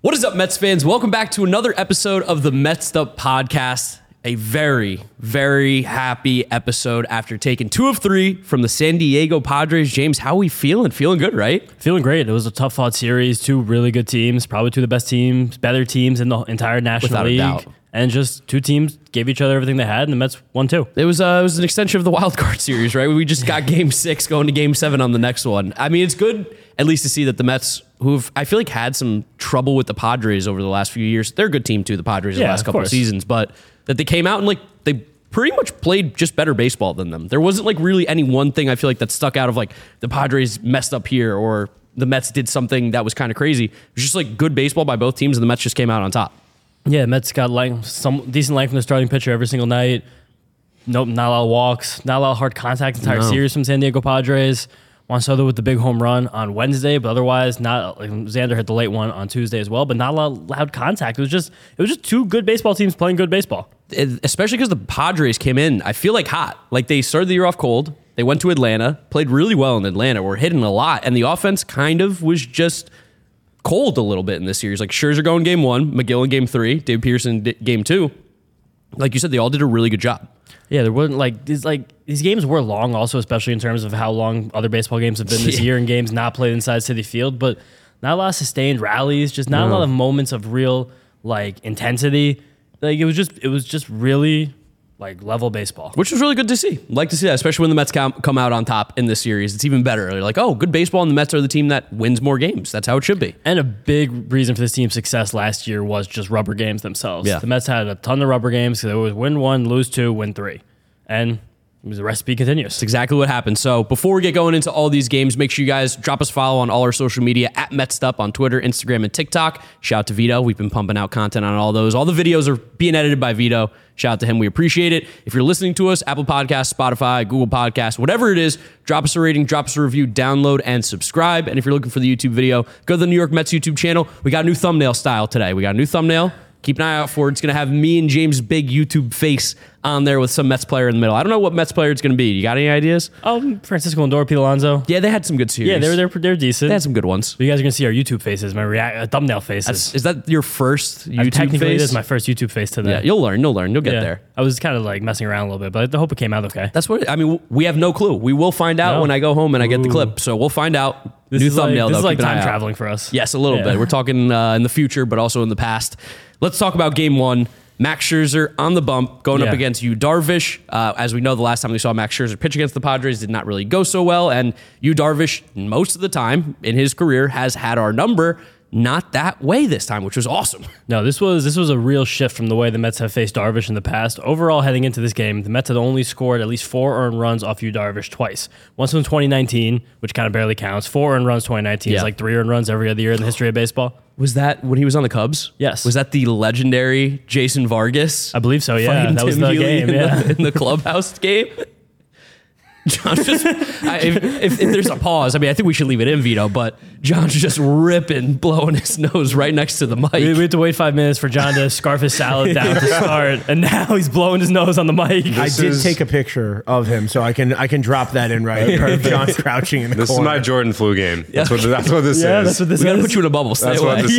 What is up, Mets fans? Welcome back to another episode of the Mets Up Podcast. A very, very happy episode after taking two of three from the San Diego Padres. James, how we feeling? Feeling good, right? Feeling great. It was a tough fought series. Two really good teams, probably two of the best teams, better teams in the entire National Without a League. doubt. And just two teams gave each other everything they had, and the Mets won two. It was uh, it was an extension of the wild card series, right? We just got Game Six, going to Game Seven on the next one. I mean, it's good at least to see that the Mets, who've I feel like had some trouble with the Padres over the last few years, they're a good team too. The Padres the Yeah, last of couple of course. seasons, but that they came out and like they pretty much played just better baseball than them. There wasn't like really any one thing I feel like that stuck out of like the Padres messed up here or the Mets did something that was kind of crazy. It was just like good baseball by both teams, and the Mets just came out on top. Yeah, Mets got length, some decent length from the starting pitcher every single night. Nope, not a lot of walks, not a lot of hard contact. Entire series from San Diego Padres. Juan Soto with the big home run on Wednesday, but otherwise not. Like, Xander hit the late one on Tuesday as well, but not a lot of loud contact. It was just it was just two good baseball teams playing good baseball. especially because the Padres came in, I feel like hot. Like they started the year off cold. They went to Atlanta, played really well in Atlanta, were hitting a lot, and the offense kind of was just cold a little bit in this series. Like Scherzer going game one, McGill in game three, Dave Pearson di- game two. Like you said, they all did a really good job. Yeah, there wasn't like these like these games were long also, especially in terms of how long other baseball games have been this year and games not played inside City Field, but not a lot of sustained rallies, just not a lot of moments of real like intensity. Like it was just it was just really like level baseball. which was really good to see. Like to see that, especially when the Mets come, come out on top in this series. It's even better. They're like, oh, good baseball, and the Mets are the team that wins more games. That's how it should be. And a big reason for this team's success last year was just rubber games themselves. Yeah. The Mets had a ton of rubber games, so it was win one, lose two, win three. And it was- the recipe continues. That's exactly what happened. So before we get going into all these games, make sure you guys drop us a follow on all our social media at MetStup on Twitter, Instagram, and TikTok. Shout out to Vito. We've been pumping out content on all those. All the videos are being edited by Vito. Shout out to him. We appreciate it. If you're listening to us, Apple Podcasts, Spotify, Google Podcasts, whatever it is, drop us a rating, drop us a review, download, and subscribe. And if you're looking for the YouTube video, go to the New York Mets YouTube channel. We got a new thumbnail style today. We got a new thumbnail. Keep an eye out for it. It's going to have me and James' big YouTube face on there with some Mets player in the middle. I don't know what Mets player it's going to be. You got any ideas? Um, Francisco and Pete Alonso. Yeah, they had some good series. Yeah, they were they're, they're decent. They had some good ones. But you guys are gonna see our YouTube faces, my react, uh, thumbnail faces. Is that your first YouTube Technically, face? this is my first YouTube face today. yeah, you'll learn. You'll learn. You'll get Yeah. there. I was kind of like messing around a little bit, but I hope it came out okay. That's what I mean. We have no clue. We will find out No. when I go home and I get the Ooh. clip. So we'll find out. This New is thumbnail like, This though. is like Keep an eye time out. traveling for us. Yes, a little Yeah. bit. We're talking uh, in the future, but also in the past. Let's talk about game one. Max Scherzer on the bump, going up Yeah. against you Darvish. Uh, as we know, the last time we saw Max Scherzer pitch against the Padres did not really go so well. And you Darvish, most of the time in his career, has had our number. Not that way this time, which was awesome. No, this was this was a real shift from the way the Mets have faced Darvish in the past. Overall, heading into this game, the Mets had only scored at least four earned runs off you Darvish twice. Once in 2019, which kind of barely counts. Four earned runs 2019 Yeah. is like three earned runs every other year in the history of baseball. Was that when he was on the Cubs? Yes. Was that the legendary Jason Vargas? I believe so. Yeah, fighting that was Tim the Healy game. in, Yeah. the, in the clubhouse game. John just, I, if, if, if there's a pause, I mean, I think we should leave it in, Vito, but John's just ripping, blowing his nose right next to the mic. We, we have to wait five minutes for John to scarf his salad down to start, and now he's blowing his nose on the mic. I This did is- take a picture of him, so I can I can drop that in right here. of John crouching in the This is corner. my Jordan flu game. That's Yeah. what that's what this yeah, is. that's what this Uh, we got to is. put you in a bubble. Stay That's away. what this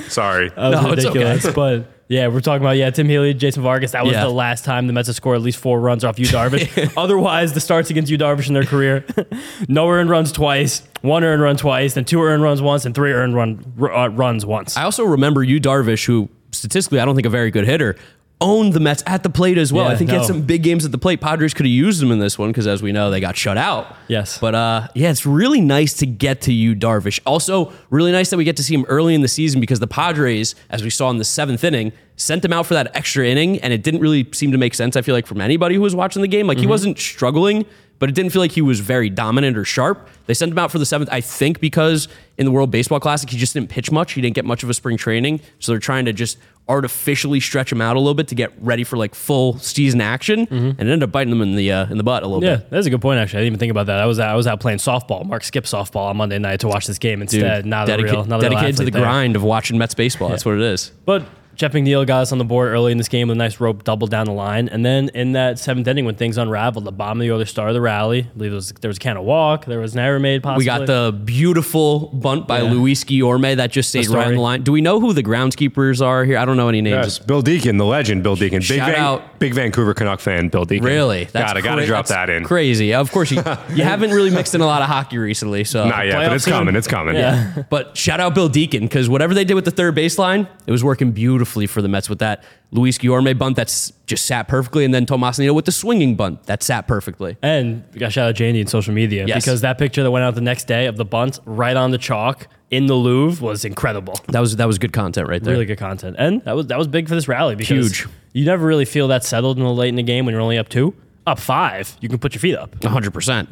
is. Sorry. that was No, it's ridiculous. But yeah, we're talking about yeah, Tim Healy, Jason Vargas. That was Yeah. the last time the Mets have scored at least four runs off you Darvish. Otherwise, the starts against you Darvish in their career, no earned runs twice, one earned run twice, then two earned runs once, and three earned run r- uh, runs once. I also remember you, Darvish, who statistically I don't think a very good hitter, owned the Mets at the plate as well. Yeah, I think he had no. some big games at the plate. Padres could have used him in this one because, as we know, they got shut out. Yes. But uh, yeah, it's really nice to get to you, Darvish. Also, really nice that we get to see him early in the season because the Padres, as we saw in the seventh inning, sent him out for that extra inning, and it didn't really seem to make sense. I feel like from anybody who was watching the game, like he wasn't struggling. But it didn't feel like he was very dominant or sharp. They sent him out for the seventh, I think, because in the World Baseball Classic, he just didn't pitch much. He didn't get much of a spring training. So they're trying to just artificially stretch him out a little bit to get ready for like full season action. And it ended up biting them in the uh, in the butt a little bit. yeah, that's a good point. Actually, I didn't even think about that. I was out, I was out playing softball. Mark skipped softball on Monday night to watch this game instead. Uh, not a dedica- real, not a real dedicated to the athlete there. grind of watching Mets baseball. That's what it is. But Jeff McNeil got us on the board early in this game with a nice rope double down the line. And then in that seventh inning, when things unraveled, the bomb of the other star of the rally, I believe it was, there was a can of walk, there was an error made possibly. We got the beautiful bunt by Luis Guillorme that just stayed right on story. the line. Do we know who the groundskeepers are here? I don't know any names. Yes, Bill Deacon, the legend, Bill Deacon. Big, Shout Van- out. big Vancouver Canuck fan, Bill Deacon. Really? gotta gotta cra- drop that's that in. Crazy. Of course, you, you haven't really mixed in a lot of hockey recently. So Not yet, but Playoff it's soon. coming. It's coming. Yeah. But shout out Bill Deacon because whatever they did with the third baseline, it was working beautifully for the Mets with that Luis Guillorme bunt that s- just sat perfectly, and then Tomas Nino with the swinging bunt that sat perfectly. And we got shout out Jandy in social media Yes. because that picture that went out the next day of the bunt right on the chalk in the Louvre was incredible. That was that was good content right there. Really good content. And that was that was big for this rally because Huge. you never really feel that settled in the late in the game when you're only up two. Up five, you can put your feet up. One hundred percent.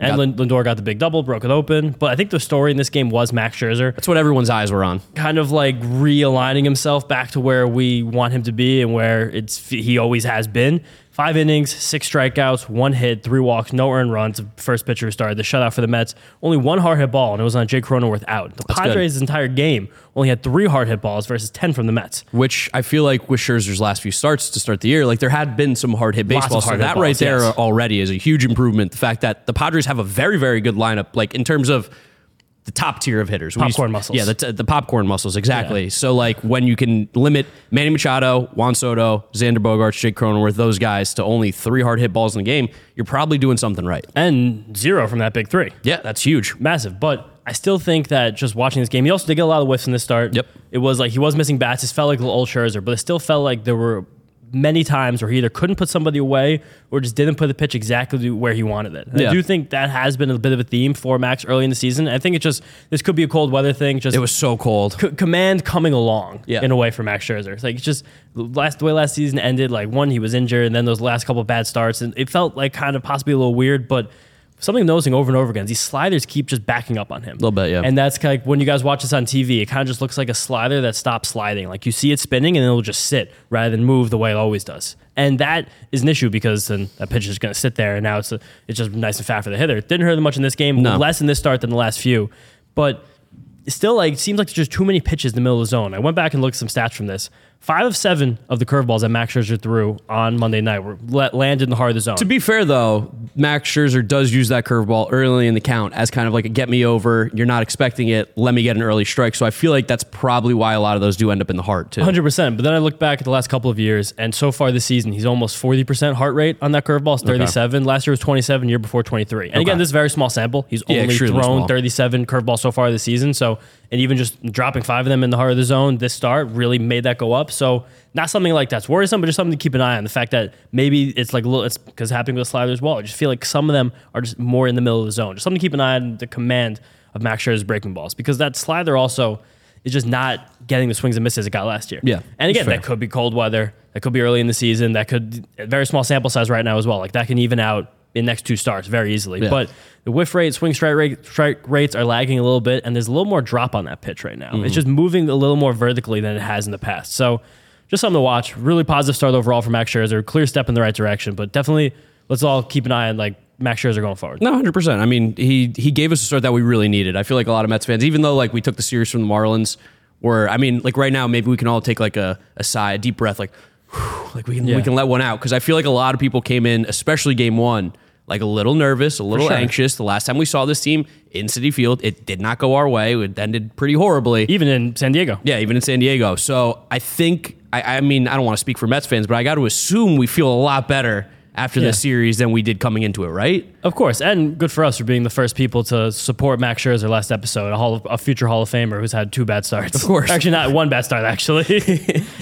And Lind- Lindor got the big double, broke it open. But I think the story in this game was Max Scherzer That's what everyone's eyes were on. kind of like realigning himself back to where we want him to be and where it's he always has been. Five innings, six strikeouts, one hit, three walks, no earned runs. First pitcher who started the shutout for the Mets. Only one hard hit ball, and it was on Jake Cronenworth out. The good. Padres' entire game only had three hard hit balls versus ten from the Mets. Which I feel like with Scherzer's last few starts to start the year, like there had been some hard hit Lots baseball. of hard so hit that right balls, there yes. already is a huge improvement. The fact that the Padres have a very very good lineup, like in terms of the top tier of hitters, We Popcorn muscles. Yeah, the, t- the popcorn muscles exactly. So like when you can limit Manny Machado, Juan Soto, Xander Bogarts, Jake Cronenworth, those guys to only three hard hit balls in the game, you're probably doing something right. And zero from that big three. Yeah, that's huge. massive. But I still think that just watching this game, he also did get a lot of whiffs in the start. Yep. It was like he was missing bats. It felt like little old Scherzer, but it still felt like there were many times where he either couldn't put somebody away or just didn't put the pitch exactly where he wanted it. And Yeah. I do think that has been a bit of a theme for Max early in the season. I think it's just this could be a cold weather thing. Just It was so cold. c- command coming along Yeah. in a way for Max Scherzer. It's like it's just last the way last season ended. Like one, he was injured, and then those last couple bad starts, and it felt like kind of possibly a little weird, but. Something I'm noticing over and over again is these sliders keep just backing up on him. A Little bit, yeah. And that's kind of like when you guys watch this on TV, it kind of just looks like a slider that stops sliding. Like you see it spinning and it'll just sit rather than move the way it always does. And that is an issue because then that pitch is going to sit there and now it's a, it's just nice and fat for the hitter. It didn't hurt them much in this game, No. less in this start than the last few. But it's still like seems like there's just too many pitches in the middle of the zone. I went back and looked at some stats from this. Five of seven of the curveballs that Max Scherzer threw on Monday night were let, landed in the heart of the zone. To be fair, though, Max Scherzer does use that curveball early in the count as kind of like a get me over. You're not expecting it. Let me get an early strike. So I feel like that's probably why a lot of those do end up in the heart too. Hundred percent. But then I look back at the last couple of years, and so far this season, he's almost forty percent heart rate on that curveball. It's thirty-seven. Last year was twenty-seven. Year before twenty-three. And again, Okay. this is a very small sample. He's Yeah, only extremely thrown small. thirty-seven curveballs so far this season. So, and even just dropping five of them in the heart of the zone this start really made that go up. So, not something like that's worrisome, but just something to keep an eye on. The fact that maybe it's like a little, it's because happening with the sliders as well. I just feel like some of them are just more in the middle of the zone. Just something to keep an eye on the command of Max Scherzer's breaking balls because that slider also. is just not getting the swings and misses it got last year. Yeah, And it's again, fair. that could be cold weather. That could be early in the season. That could a very small sample size right now as well. Like that can even out in next two starts very easily. Yeah. But the whiff rate, swing strike rate, strike rates are lagging a little bit, and there's a little more drop on that pitch right now. Mm-hmm. It's just moving a little more vertically than it has in the past. So just something to watch. Really positive start overall for Max Scherzer. Clear step in the right direction, but definitely let's all keep an eye on like Max Scherzer going forward. No, hundred percent. I mean, he he gave us a start that we really needed. I feel like a lot of Mets fans, even though like we took the series from the Marlins, were I mean, like right now, maybe we can all take like a, a sigh, a deep breath, like whew, like we can Yeah. we can let one out because I feel like a lot of people came in, especially game one, like a little nervous, a little sure. anxious. The last time we saw this team in City Field, it did not go our way. It ended pretty horribly. Even in San Diego. Yeah, even in San Diego. So I think I, I mean I don't want to speak for Mets fans, but I got to assume we feel a lot better after Yeah. this series than we did coming into it, right? Of course, and good for us for being the first people to support Max Scherzer last episode, a, Hall of, a future Hall of Famer who's had two bad starts. Of course. actually not one bad start actually.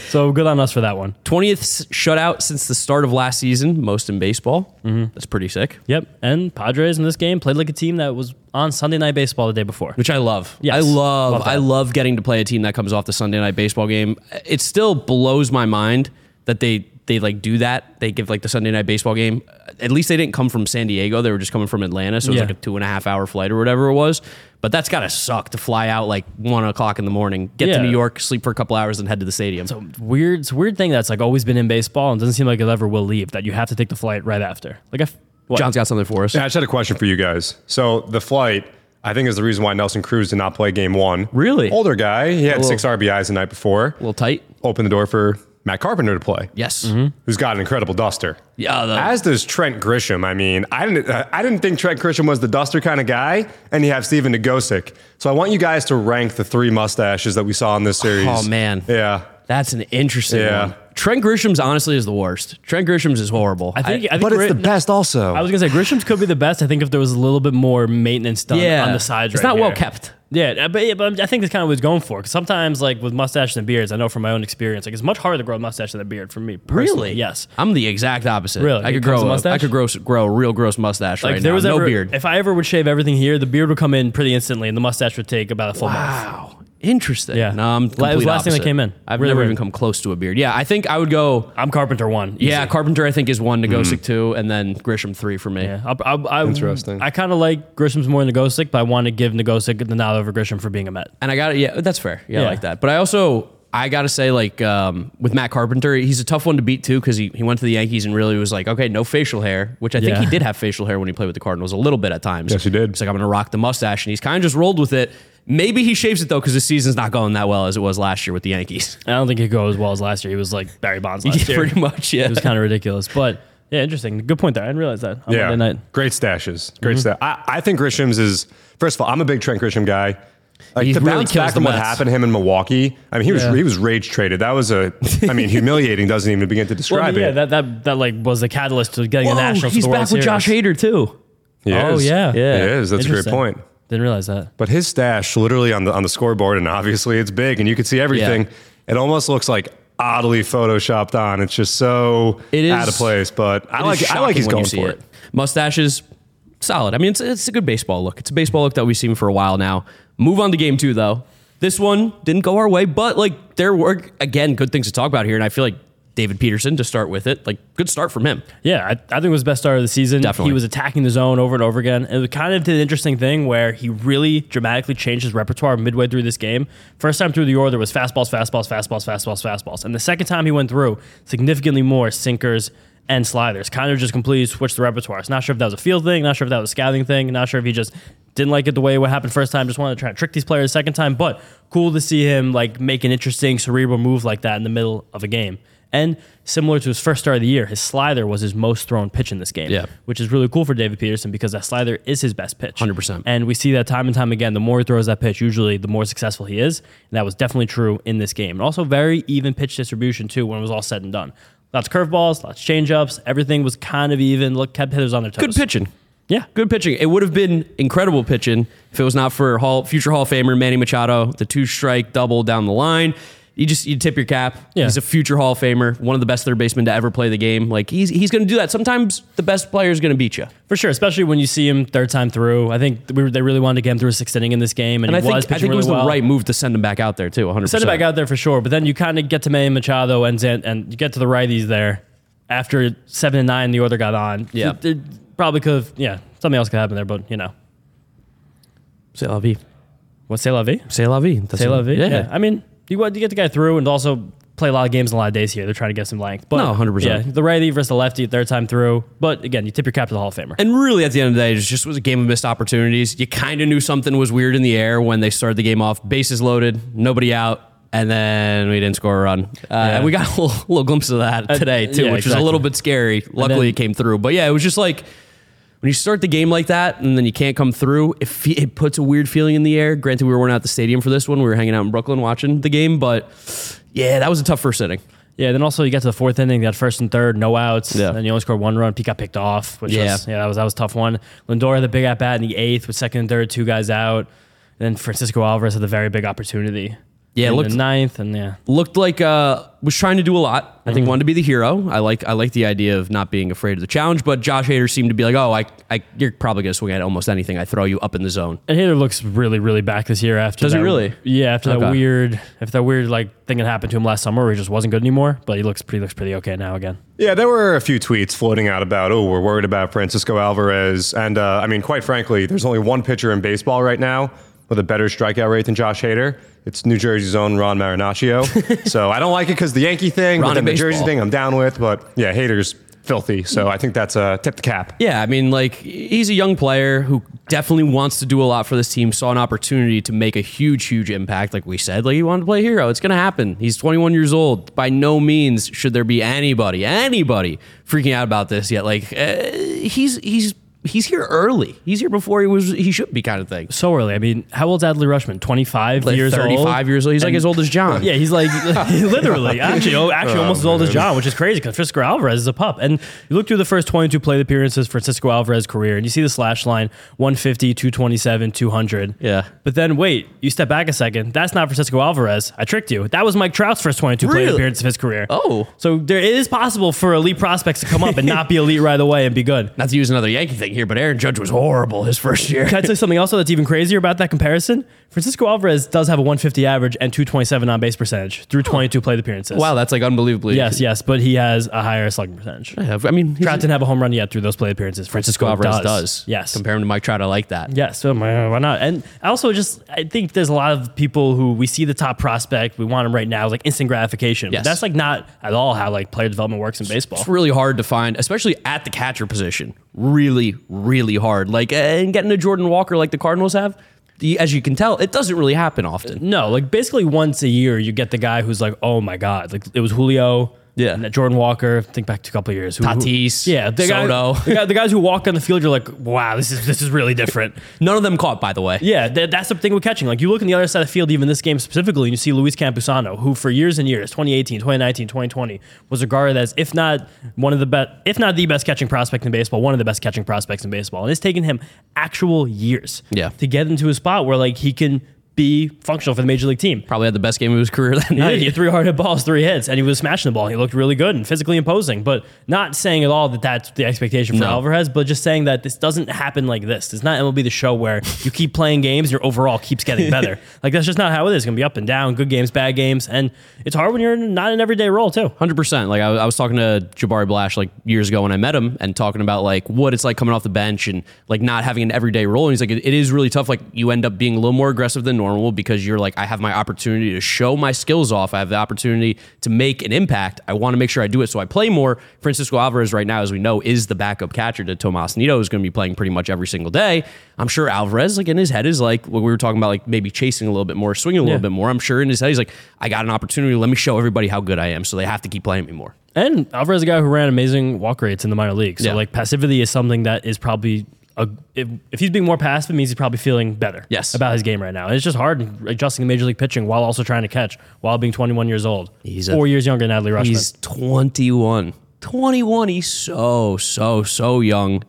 so good on us for that one. 20th s- shutout since the start of last season, most in baseball. Mm-hmm. That's pretty sick, Yep, and Padres in this game played like a team that was on Sunday Night Baseball the day before. which I love. Yes, I love, love that. I love getting to play a team that comes off the Sunday night baseball game. It still blows my mind that they they like do that. They give like the Sunday night baseball game. At least they didn't come from San Diego. They were just coming from Atlanta, so it was Yeah. like a two and a half hour flight or whatever it was. But that's gotta suck to fly out like one o'clock in the morning, get Yeah. to New York, sleep for a couple hours, and head to the stadium. Weird, it's a weird thing that's like always been in baseball and doesn't seem like it ever will leave. That you have to take the flight right after. Like I, f- what? John's got something for us. Yeah, I just had a question for you guys. So the flight, I think, is the reason why Nelson Cruz did not play Game One. Really? Older guy. He had six RBIs the night before. A little tight. opened the door for Matt Carpenter to play. Yes. Mm-hmm. who's got an incredible duster. Yeah, the- as does Trent Grisham. I mean, I didn't, uh, I didn't think Trent Grisham was the duster kind of guy, and you have Steven Nagosic. So I want you guys to rank the three mustaches that we saw in this series. Oh, man. yeah, That's an interesting Yeah. one. Trent Grisham's honestly is the worst. Trent Grisham's is horrible. I think, I think but it's the Gri- best also. I was gonna say Grisham's could be the best. I think if there was a little bit more maintenance done yeah, on the sides, It's right not well here. kept. Yeah, uh, but, yeah, but I think that's kind of what he's going for. 'Cause sometimes, like with mustaches and beards, I know from my own experience, like it's much harder to grow a mustache than a beard for me. personally. Yes. I'm the exact opposite. Really? I When could it comes grow to a, I mustache? could grow grow a real gross mustache Like right there now. was no ever, beard. If I ever would shave everything here, the beard would come in pretty instantly, and the mustache would take about a full month. Wow. Interesting. Yeah. No, I'm It was the complete last thing that opposite. came in. I've Really never weird. even come close to a beard. Yeah, I think I would go. I'm Carpenter one. easy. Mm-hmm. Yeah, Carpenter I think is one, Nagosic two, and then Grisham three for me. Yeah, I, I, I, Interesting. I kind of like Grisham's more than Nagosic, but I want to give Nagosic the nod over Grisham for being a Met. And I got it. Yeah, that's fair. Yeah, I Yeah. like that. But I also I gotta say like um, with Matt Carpenter, he's a tough one to beat too because he, he went to the Yankees and really was like, okay, no facial hair, which I think Yeah. he did have facial hair when he played with the Cardinals a little bit at times. Yes, he did. He's like, I'm gonna rock the mustache, and he's kind of just rolled with it. Maybe he shaves it though because the season's not going that well as it was last year with the Yankees. I don't think he'd go as well as last year. He was like Barry Bonds last year. Pretty much. Yeah. It was kind of ridiculous, but yeah, interesting. Good point there. I didn't realize that. On yeah, Monday night. Mm-hmm. great stashes, great stash. I, I think Grisham's is first of all. I'm a big Trent Grisham guy. Like He to really bounce kills back the from what Mets. happened to him in Milwaukee. I mean, he was Yeah. he was rage traded. That was a, I mean, humiliating doesn't even begin to describe Well, I mean, yeah, it. that, that that like was the catalyst to getting Whoa, the Nationals. he's to back the World with Series. Josh Hader too. He Oh is. yeah, Yeah. He is. That's a great Interesting. point. Didn't realize that. But his stash literally on the on the scoreboard, and obviously it's big, and you can see everything. Yeah. It almost looks like oddly photoshopped on. It's just so It is- out of place. But I It is like I like he's shocking when going you see for it. it. Mustaches, solid. I mean, it's, it's a good baseball look. It's a baseball look that we've seen for a while now. Move on to game two, though. This one didn't go our way, but like there were, again, good things to talk about here. And I feel like David Peterson to start with it, like good start from him. Yeah, I, I think it was the best start of the season. Definitely. He was attacking the zone over and over again. It was kind of did an interesting thing where he really dramatically changed his repertoire midway through this game. First time through the order was fastballs, fastballs, fastballs, fastballs, fastballs. And the second time he went through, significantly more sinkers and sliders. Kind of just completely switched the repertoire. It's not sure if that was a field thing, not sure if that was a scouting thing, not sure if he just didn't like it the way what happened first time, just wanted to try to trick these players second time. But cool to see him like make an interesting cerebral move like that in the middle of a game. And similar to his first start of the year, his slider was his most thrown pitch in this game, Yeah. which is really cool for David Peterson because that slider is his best pitch. 100%. And we see that time and time again. The more he throws that pitch, usually the more successful he is. And that was definitely true in this game. And also very even pitch distribution, too, when it was all said and done. Lots of curveballs, lots of changeups. Everything was kind of even. Look, kept hitters on their toes. Good pitching. Yeah. Good pitching. It would have been incredible pitching if it was not for Hall, future Hall of Famer Manny Machado, the two strike double down the line. You just you tip your cap. Yeah. He's a future Hall of Famer, one of the best third basemen to ever play the game. Like he's he's going to do that. Sometimes the best player is going to beat you. For sure, especially when you see him third time through. I think we were, they really wanted to get him through a sixth inning in this game, and, And I he think, was pitching I think really it was well. the right move to send him back out there too. 100. send it back out there for sure. But then you kind of get to Manny Machado and Zan, and you get to the righties there after seven and nine. The order got on. Yeah. it, it probably could. have, Yeah, something else could happen there, but you know, C'est la vie. what's say la vie? C'est la vie. That's Say la vie. Yeah. I mean, you want to get the guy through and also play a lot of games in a lot of days here. They're trying to get some length. But No, 100%. Yeah, the righty versus the lefty third time through. But again, you tip your cap to the Hall of Famer. And really, at the end of the day, it just was a game of missed opportunities. You kind of knew something was weird in the air when they started the game off. Bases loaded, nobody out, and then we didn't score a run. Uh, And we got a little, little glimpse of that today, too, yeah, which was a exactly. little bit scary. Luckily, then- it came through. But yeah, it was just like when you start the game like that and then you can't come through, it, fe- it puts a weird feeling in the air. Granted, we weren't at the stadium for this one. We were hanging out in Brooklyn watching the game, but yeah, that was a tough first inning. Yeah, then also you get to the fourth inning, you got first and third, no outs. Yeah. Yeah. Then you only scored one run. Pete got picked off, which Yeah. was yeah, that was that was a tough one. Lindor had the big at bat in the eighth with second and third, two guys out. And then Francisco Alvarez had the very big opportunity. Yeah, it in looked- the ninth, and yeah. looked like uh, was trying to do a lot. I think wanted to be the hero. I like I like the idea of not being afraid of the challenge. But Josh Hader seemed to be like, oh, I, I you're probably gonna swing at almost anything I throw you up in the zone. And Hader looks really, really back this year after Does he that- really? Yeah, after Okay. that weird after that weird like thing that happened to him last summer where he just wasn't good anymore. But he looks pretty looks pretty okay now again. Yeah, there were a few tweets floating out about, oh, we're worried about Francisco Alvarez. And uh, I mean, quite frankly, there's only one pitcher in baseball right now with a better strikeout rate than Josh Hader. It's New Jersey's own Ron Marinaccio. so I don't like it because the Yankee thing, Ron but then in the Jersey baseball. thing I'm down with. But yeah, Hader's filthy. So I think that's a tip the cap. Yeah, I mean, like he's a young player who definitely wants to do a lot for this team. Saw an opportunity to make a huge, huge impact. Like we said, like he wanted to play hero. It's going to happen. He's 21 years old. By no means should there be anybody, anybody freaking out about this yet. Like uh, he's he's he's here early. He's here before he was he should be kind of thing. so early. I mean, how old's Adley Rushman? 25 Like years 35 old? years old. He's like And- as old as John. Yeah, he's like literally, actually, oh, actually almost as old as John, which is crazy because Francisco Alvarez is a pup. And you look through the first 22 plate appearances for Francisco Alvarez's career, and you see the slash line 150, 227, 200. Yeah. But then wait, you step back a second. That's not Francisco Alvarez. I tricked you. That was Mike Trout's first 22 plate Really? appearance of his career. Oh. So there, it is possible for elite prospects to come up and not be elite right away and be good. Not to use another Yankee thing here, but Aaron Judge was horrible his first year. Can I tell you something also that's even crazier about that comparison? Francisco Alvarez does have a 150 average and 227 on base percentage through 22 plate appearances. Wow, that's like unbelievably. Yes, yes, but he has a higher slugging percentage. Yeah, I mean, he's- Trout didn't have a home run yet through those plate appearances. Francisco Alvarez does. Yes. Compare him to Mike Trout. I like that. Yes, so my- why not? And also, just I think there's a lot of people who we see the top prospect, we want him right now, like instant gratification. But Yes. that's like not at all how like player development works in baseball. It's really hard to find, especially at the catcher position. Really, really hard. Like, eh, and getting a Jordan Walker like the Cardinals have, the, as you can tell, it doesn't really happen often. No, like basically once a year you get the guy who's like, oh my god, like it was Julio, Yeah. and Jordan Walker. Think back to a couple of years, Who- who- Tatis, yeah, the guy- Soto. the, guy- the guys who walk on the field, you're like, wow, this is this is really different. None of them caught, by the way. Yeah, th- that's the thing with catching. Like you look on the other side of the field, even this game specifically, and you see Luis Campusano, who for years and years, 2018, 2019, 2020, was regarded as if not one of the best, if not the best catching prospect in baseball, one of the best catching prospects in baseball, and it's taken him actual years, Yeah. to get into a spot where like he can be functional for the major league team. Probably had the best game of his career that He night. did. He had three hard hit balls, three hits, and he was smashing the ball. He looked really good and physically imposing, but not saying at all that that's the expectation for No. Alvarez, but just saying that this doesn't happen like this. It's not MLB the show where you keep playing games, your overall keeps getting better. like, that's just not how it is. It's going to be up and down, good games, bad games, and it's hard when you're not an everyday role, too. Hundred percent. Like I, I was talking to Jabari Blash like years ago when I met him, and talking about like what it's like coming off the bench and like not having an everyday role. And he's like, it, it is really tough. Like you end up being a little more aggressive than normal because you're like, I have my opportunity to show my skills off. I have the opportunity to make an impact. I want to make sure I do it, so I play more. Francisco Alvarez right now, as we know, is the backup catcher to Tomas Nito, who's going to be playing pretty much every single day. I'm sure Alvarez, like in his head, is like what we were talking about, like maybe chasing a little bit more, swinging a little Yeah. bit more. I'm sure in his head, he's like, I got an opportunity. Let me show everybody how good I am. So they have to keep playing me more. And Alvarez is a guy who ran amazing walk rates in the minor leagues. So, Yeah. like, passivity is something that is probably. A, if, if he's being more passive, it means he's probably feeling better Yes. about his game right now. And it's just hard adjusting to major league pitching while also trying to catch while being 21 years old. He's a- four years younger than Adley Rushman. He's 21. 21. He's so, so, so young.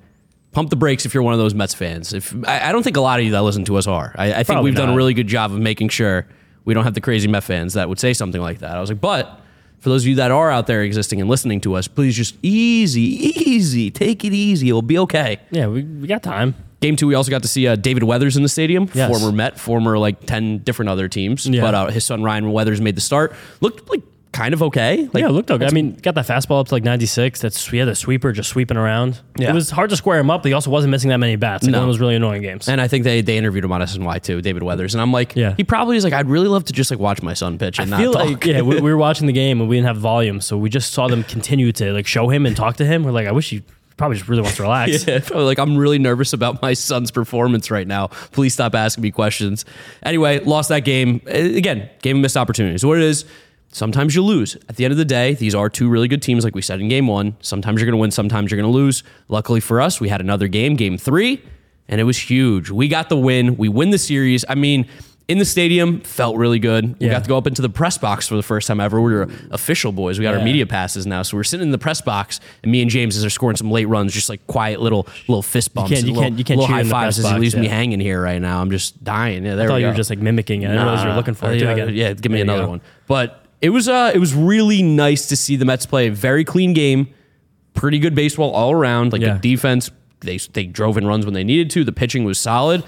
Pump the brakes if you're one of those Mets fans. If I, I don't think a lot of you that listen to us are. I, I think Probably we've done a not. really good job of making sure we don't have the crazy Met fans that would say something like that. I was like, but for those of you that are out there existing and listening to us, please just easy, easy, take it easy. It'll be okay. yeah, we, we got time. Game two, we also got to see uh, David Weathers in the stadium, Yes. former Met, former like ten different other teams. Yeah. But uh, his son Ryan Weathers made the start. Looked like kind of okay. Like, yeah, it looked okay. I mean, got that fastball up to like 96. That's we had a sweeper just sweeping around. It was hard to square him up, but he also wasn't missing that many bats. Like, No. One of those really annoying games. And I think they they interviewed him on SNY too, David Weathers. And I'm like, Yeah. he probably is like, I'd really love to just like watch my son pitch and I not feel talk. like yeah, we, we were watching the game and we didn't have volume, so we just saw them continue to like show him and talk to him. We're like, I wish he probably just really wants to relax. Yeah, probably like I'm really nervous about my son's performance right now. Please stop asking me questions. Anyway, lost that game. Uh, Again, game of missed opportunities. What it is, sometimes you lose. At the end of the day, these are two really good teams, like we said in game one. Sometimes you're going to win, sometimes you're going to lose. Luckily for us, we had another game, game three, and it was huge. We got the win. We win the series. I mean, in the stadium, felt really good. We Yeah. got to go up into the press box for the first time ever. We were official boys. We got our Yeah. media passes now. So we're sitting in the press box, and me and James as are scoring some late runs, just like quiet little little fist bumps, can't- and you little, can't- you can't little cheer high in the fives press as he box, leaves me yeah. hanging here right now. I'm just dying. Yeah, there I thought we you go. were just like mimicking it. I didn't realize you were looking for it. Dude, I Yeah, got- yeah, give there me you another go. one. But it was uh, it was really nice to see the Mets play a very clean game, pretty good baseball all around. Like Yeah. the defense, they they drove in runs when they needed to. The pitching was solid.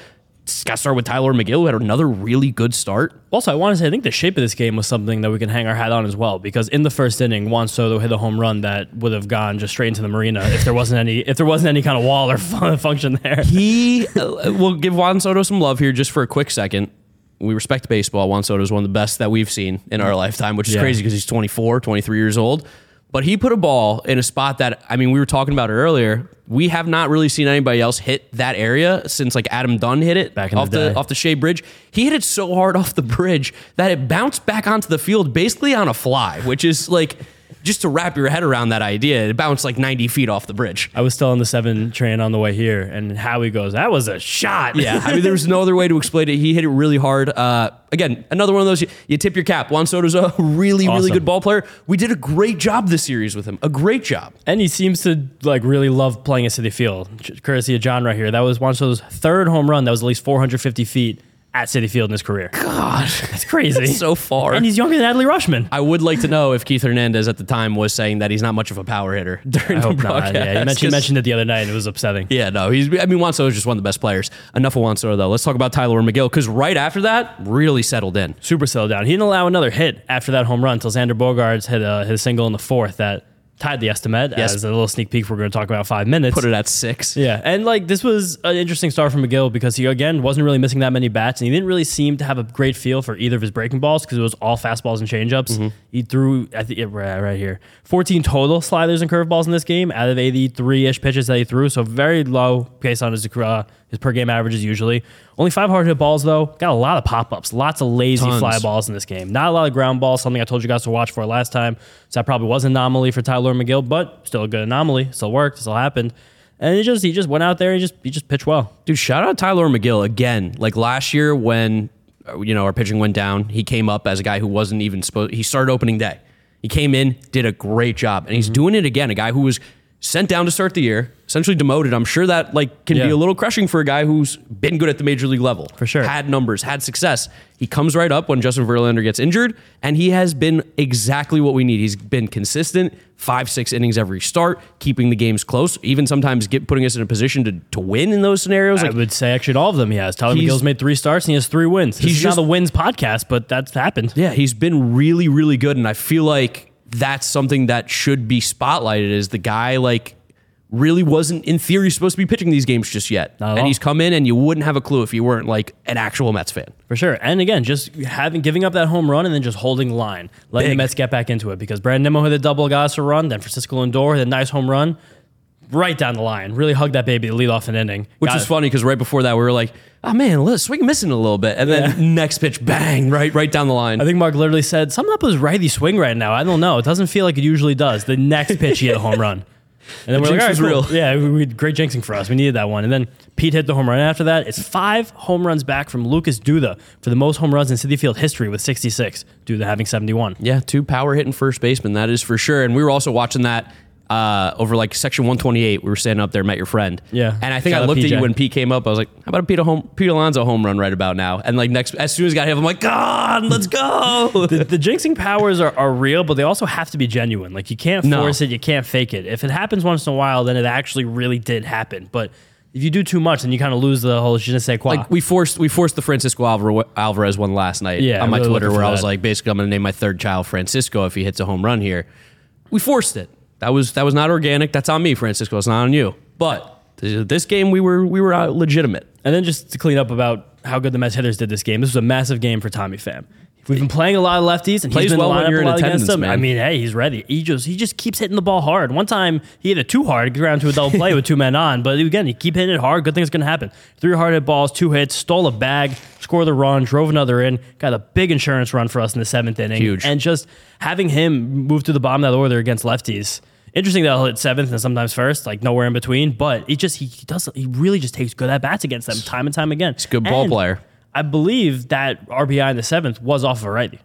Got to start with Tyler McGill, who had another really good start. Also, I want to say I think the shape of this game was something that we can hang our hat on as well because in the first inning, Juan Soto hit a home run that would have gone just straight into the marina if there wasn't any if there wasn't any kind of wall or fun- function there. He uh, will give Juan Soto some love here just for a quick second. We respect baseball. Juan Soto is one of the best that we've seen in our lifetime, which is Yeah. crazy because he's 24, 23 years old. But he put a ball in a spot that I mean, we were talking about it earlier. We have not really seen anybody else hit that area since like Adam Dunn hit it Back in the off the, day. off the Shea Bridge. He hit it so hard off the bridge that it bounced back onto the field basically on a fly, which is like just to wrap your head around that idea. It bounced like 90 feet off the bridge. I was still on the seven train on the way here, and Howie goes, "That was a shot." Yeah, I mean, there was no other way to explain it. He hit it really hard. Uh, again, another one of those you, you tip your cap. Juan Soto's a really, really Awesome. good ball player. We did a great job this series with him. A great job. and he seems to like really love playing at City Field, ch- courtesy of John right here. That was one of those third home run that was at least 450 feet at City Field in his career. God, That's crazy. so far. and he's younger than Adley Rushman. I would like to know if Keith Hernandez at the time was saying that he's not much of a power hitter during I the hope broadcast. not. Yeah, you mentioned, you 'cause- mentioned it the other night, and it was upsetting. Yeah, no, he's. I mean, Juan Soto is just one of the best players. Enough of Juan Soto though. Let's talk about Tyler McGill because right after that, really settled in. Super settled down. He didn't allow another hit after that home run until Xander Bogarts hit uh, his single in the fourth that tied the estimate. Yes. As a little sneak peek, we're going to talk about in five minutes. Put it at six. Yeah, and like this was an interesting start from McGill because he again wasn't really missing that many bats, and he didn't really seem to have a great feel for either of his breaking balls because it was all fastballs and changeups. He threw I think yeah, right, right here fourteen total sliders and curveballs in this game out of eighty three ish pitches that he threw, so very low based on his uh, his per game averages usually. Only five hard hit balls though. Got a lot of pop ups, lots of lazy Tons. fly balls in this game. Not a lot of ground balls. Something I told you guys to watch for last time. So that probably was an anomaly for Tyler McGill, but still a good anomaly. Still worked. Still happened. And he just he just went out there. He just he just pitched well. Dude, shout out Tyler McGill again. Like last year when uh, you know our pitching went down, he came up as a guy who wasn't even supposed. He started opening day. He came in, did a great job, and Mm-hmm. he's doing it again. A guy who was sent down to start the year, essentially demoted. I'm sure that like can be Yeah. a little crushing for a guy who's been good at the major league level For sure. Had numbers, had success. He comes right up when Justin Verlander gets injured, and he has been exactly what we need. He's been consistent, five, six innings every start, keeping the games close, even sometimes get, putting us in a position to, to win in those scenarios. I Like, would say actually all of them he has. Tyler He's- McGill's made three starts and he has three wins. This He's he's not just- the wins podcast, but that's happened. yeah, he's been really, really good, and I feel like that's something that should be spotlighted. Is the guy like really wasn't in theory supposed to be pitching these games just yet, Not at and all. he's come in, and you wouldn't have a clue if you weren't like an actual Mets fan. For sure. And again, just having giving up that home run and then just holding the line, letting Big. the Mets get back into it because Brandon Nimmo hit a double Goss run, then Francisco Lindor hit a nice home run right down the line. Really hugged that baby to lead off an inning. Which Got was it. funny because right before that we were like, oh man, let's swing and missing a little bit, and then next pitch, bang, right, right down the line. I think Mark literally said, Something up with his righty swing right now. I don't know. It doesn't feel like it usually does. The next pitch, he hit a home run. And then The we're like, jinx All was right, cool. real. Yeah, we, we, great jinxing for us. We needed that one. And then Pete hit the home run after that. It's five home runs back from Lucas Duda for the most home runs in City Field history with 66, Duda having 71. Yeah, two power hitting first basemen, that is for sure. And we were also watching that uh, over like section 128. We were standing up there, met your friend. Yeah. And I think Shout I out looked at PJ. you when Pete came up. I was like, how about a Pete, home, Pete Alonso home run right about now? And like next, as soon as he got hit, I'm like, God, let's go. The, the jinxing powers are, are real, but they also have to be genuine. Like, you can't No. force it, you can't fake it. If it happens once in a while, then it actually really did happen. But if you do too much, then you kind of lose the whole je ne sais quoi. like we forced we forced the Francisco Alvar- Alvarez one last night Yeah, on my really Twitter looking where for I was that. like basically I'm going to name my third child Francisco if he hits a home run here. We forced it. That was that was not organic. That's on me, Francisco. It's not on you. But th- this game we were we were uh, legitimate. And then just to clean up about how good the Mets hitters did this game. This was a massive game for Tommy Pham. We've been playing a lot of lefties, and Plays he's been well well when lined up you're a in lot against attendance, them. man. I mean, hey, he's ready. He just he just keeps hitting the ball hard. One time he hit it too hard, he ground to a double play with two men on. But again, he keep hitting it hard. Good things gonna happen. Three hard hit balls, two hits, stole a bag, scored the run, drove another in, got a big insurance run for us in the seventh inning. Huge. And just having him move to the bottom of that order against lefties. Interesting that he'll hit seventh and sometimes first, like nowhere in between. But he just he does he really just takes good at bats against them time and time again. He's a good ball player. I believe that RBI in the seventh was off of a righty.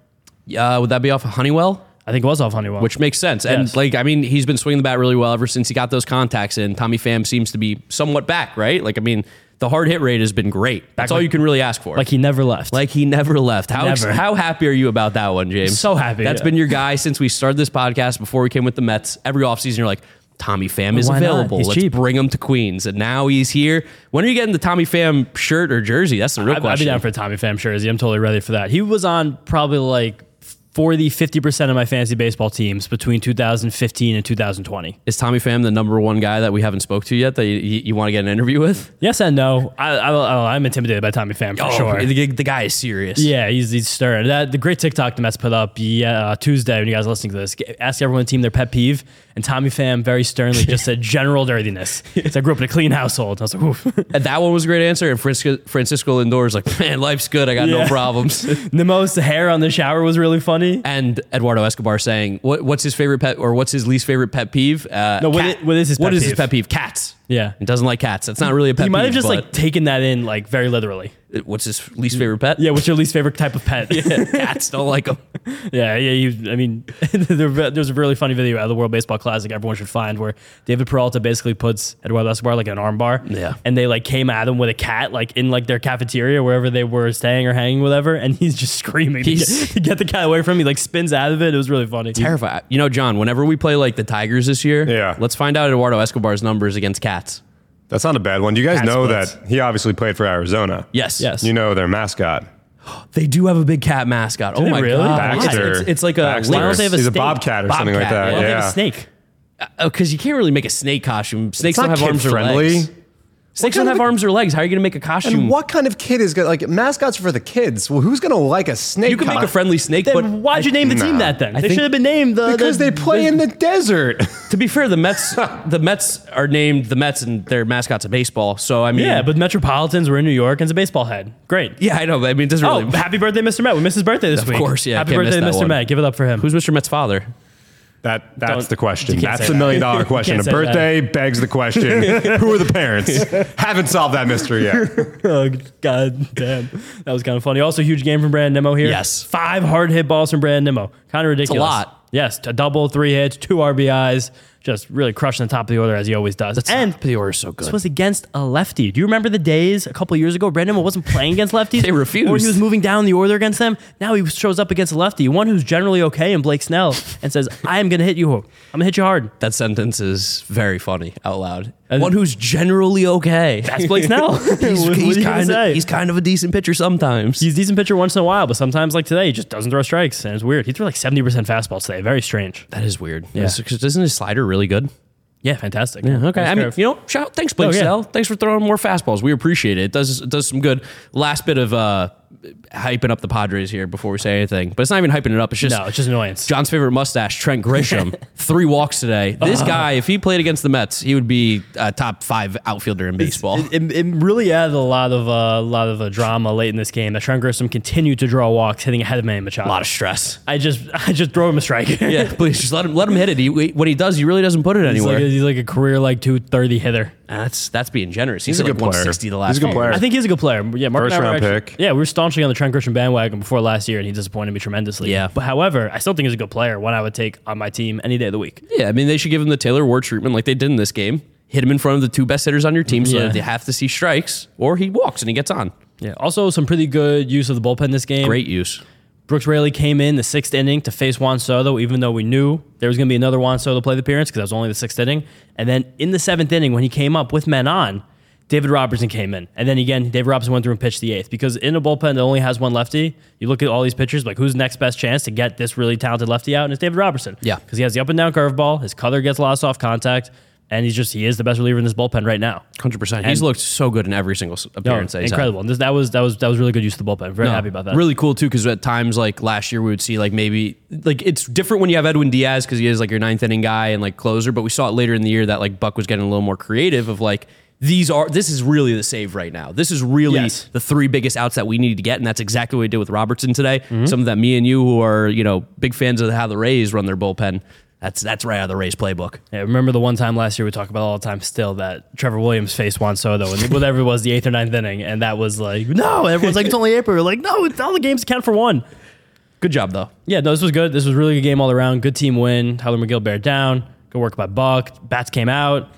Uh, would that be off of Honeywell? I think it was off Honeywell. Which makes sense. And Yes. like, I mean, he's been swinging the bat really well ever since he got those contacts in. Tommy Pham seems to be somewhat back, right? Like, I mean, the hard hit rate has been great. That's all like- you can really ask for. like he never left. Like he never left. How Never. how happy are you about that one, James? So happy, That's yeah. been your guy since we started this podcast. Before we came with the Mets, every offseason you're like, Tommy Pham is Why not? available. He's Let's cheap." bring him to Queens, and now he's here. When are you getting the Tommy Pham shirt or jersey? That's the real I'd, I'd be question. down for a Tommy Pham jersey. I'm totally ready for that. He was on probably like 40, 50% of my fantasy baseball teams between 2015 and 2020. Is Tommy Pham the number one guy that we haven't spoke to yet that you, you, want to get an interview with? Yes and no. I, I, I'm intimidated by Tommy Pham for Oh, Oh, sure. the, the guy is serious. Yeah, he's he's stirring. That the great TikTok the Mets put up yeah uh, Tuesday when you guys are listening to this. g- Ask everyone on the team their pet peeve, and Tommy Pham very sternly just said general dirtiness. So I grew up in a clean household. I was like, Oof. And that one was a great answer. And Francisco, Francisco Lindor is like, man, life's good. I got no Yeah. problems. Nemo's hair on the shower was really funny. and Eduardo Escobar saying, what, what's his favorite pet or what's his least favorite pet peeve? Uh, No, what i- what is his what pet is his peeve? pet peeve? Cats. Yeah. He doesn't like cats. That's not really a pet He peeve. might have just like but taken that in like very literally. what's his least favorite pet? Yeah, what's your least favorite type of pet? Yeah, cats don't like them. Yeah, yeah. You, I mean, there, there's a really funny video out of the World Baseball Classic everyone should find where David Peralta basically puts Eduardo Escobar like in an armbar. Yeah. And they like came at him with a cat, like in like their cafeteria, wherever they were staying or hanging, whatever. And he's just screaming to He's- get, to get the cat away from him. He like spins out of it. It was really funny. Terrified. You know, John, whenever we play like the Tigers this year, Yeah. let's find out Eduardo Escobar's numbers against cats. That's not a bad one. You guys Cat know splits. that he obviously played for Arizona. Yes. Yes. You know their mascot. They do have a big cat mascot. oh they my really? god! Baxter. It's, it's- it's like a Baxter. Why don't they have a He's a snake? bobcat or something like Bobcat, Why that. yeah. don't they have yeah. a snake. because you can't really make a snake costume. Snakes It's not don't have kid arms or friendly. legs. Snakes kind don't of have a- arms or legs. How are you going to make a costume? And what kind of kid is gonna like mascots are for the kids? Well, who's gonna like a snake? you can make a costume? friendly snake, Then but why'd you name the team nah. that then? I they think- should have been named the because the- they play in the desert. to be fair, the Mets the Mets are named the Mets, and their mascot's a baseball. So I mean, Yeah, but Metropolitans were in New York and it's a baseball head. Great. yeah, I know. but I mean, it doesn't Oh, really. happy birthday, Mr. Met. We missed his birthday this Of week. course, yeah, Happy can't birthday, miss that Mr. one. Met. Give it up for him. Who's Mr. Met's father? That that's Don't- the question. you can't That's say the that. million dollar question. A can't say that. birthday begs the question: Who are the parents? Haven't solved that mystery yet. Oh, God damn. That was kind of funny. Also, huge game from Brand Nemo here. Yes. Five hard hit balls from Brand Nemo. Kind of ridiculous. lot. Yes. A double, three hits, two RBIs. Just really crushing the top of the order as he always does. and the order is so this good. was against a lefty. Do you remember the days a couple years ago? Brand Nemo wasn't playing against lefties. They refused. Or he was moving down the order against them. Now he shows up against a lefty, one who's generally okay in Blake Snell, and says, I am going to hit you. I'm going to hit you hard. That sentence is very funny out loud. One who's generally okay. That's Blake Snell. he's, What- what he's are you gonna kind say? of, he's kind of a decent pitcher sometimes. He's a decent pitcher once in a while, but sometimes like today, he just doesn't throw strikes, and it's weird. He threw like seventy percent fastball today. Very strange. that is weird. Yes, 'cause Isn't his slider really good? Yeah, fantastic. Okay, I mean, you know, shout, thanks, Blake Oh, yeah. Snell. Thanks for throwing more fastballs. We appreciate it. It does it does some good. Last bit of uh, hyping up the Padres here before we say anything, but it's not even hyping it up. It's just no, it's just annoyance. John's favorite mustache, Trent Grisham, three walks today. This guy, if he played against the Mets, he would be a top five outfielder in baseball. It, it really added a lot of uh, a lot of uh, drama late in this game. That Trent Grisham continued to draw walks, hitting ahead of Manny Machado. a lot of stress. I just I just throw him a strike. Yeah, please just let him let him hit it. He, when he does, he really doesn't put it he's anywhere. like a, he's like a career like two thirty hitter. And that's that's being generous. He's, He's a like good player. 160 the last. He's a good year. player. I think he's a good player. Yeah, Mark and I First were round actually- pick. Yeah, we were staunchly on the Trent Grisham bandwagon before last year, and he disappointed me tremendously. Yeah. But however, I still think he's a good player. One I would take on my team any day of the week. Yeah, I mean they should give him the Taylor Ward treatment like they did in this game. Hit him in front of the two best hitters on your team so Yeah. that they have to see strikes, or he walks and he gets on. Yeah. Also, some pretty good use of the bullpen this game. Great use. Brooks Raley came in the sixth inning to face Juan Soto, even though we knew there was going to be another Juan Soto plate appearance because that was only the sixth inning. And then in the seventh inning, when he came up with men on, David Robertson came in. And then again, David Robertson went through and pitched the eighth because in a bullpen that only has one lefty, you look at all these pitchers, like who's the next best chance to get this really talented lefty out? And it's David Robertson. Yeah. Because he has the up and down curveball, his cutter gets lost off contact, and he's just, he is the best reliever in this bullpen right now. 100%. He's And- looked so good in every single s- No, appearance that he's had. incredible. And this, that was that was that was really good use of the bullpen. Very No, happy about that. Oh, Really cool too, because at times like last year we would see like maybe like it's different when you have Edwin Diaz because he is like your ninth inning guy and like closer, but we saw it later in the year that like Buck was getting a little more creative of like these are this is really the save right now. This is really Yes. the three biggest outs that we need to get, and that's exactly what we did with Robertson today. Mm-hmm. Some of that me and you who are you know big fans of how the Rays run their bullpen. That's that's right out of the Rays playbook. Yeah, remember the one time last year we talked about all the time still that Trevor Williams faced Juan Soto and whatever it was the eighth or ninth inning, and that was like no, everyone's like it's only April. We're like no, it's all the games count for one. Good job though. Yeah, no, this was good. This was a really good game all around. Good team win. Tyler McGill bear down. Good work by Buck. Bats came out.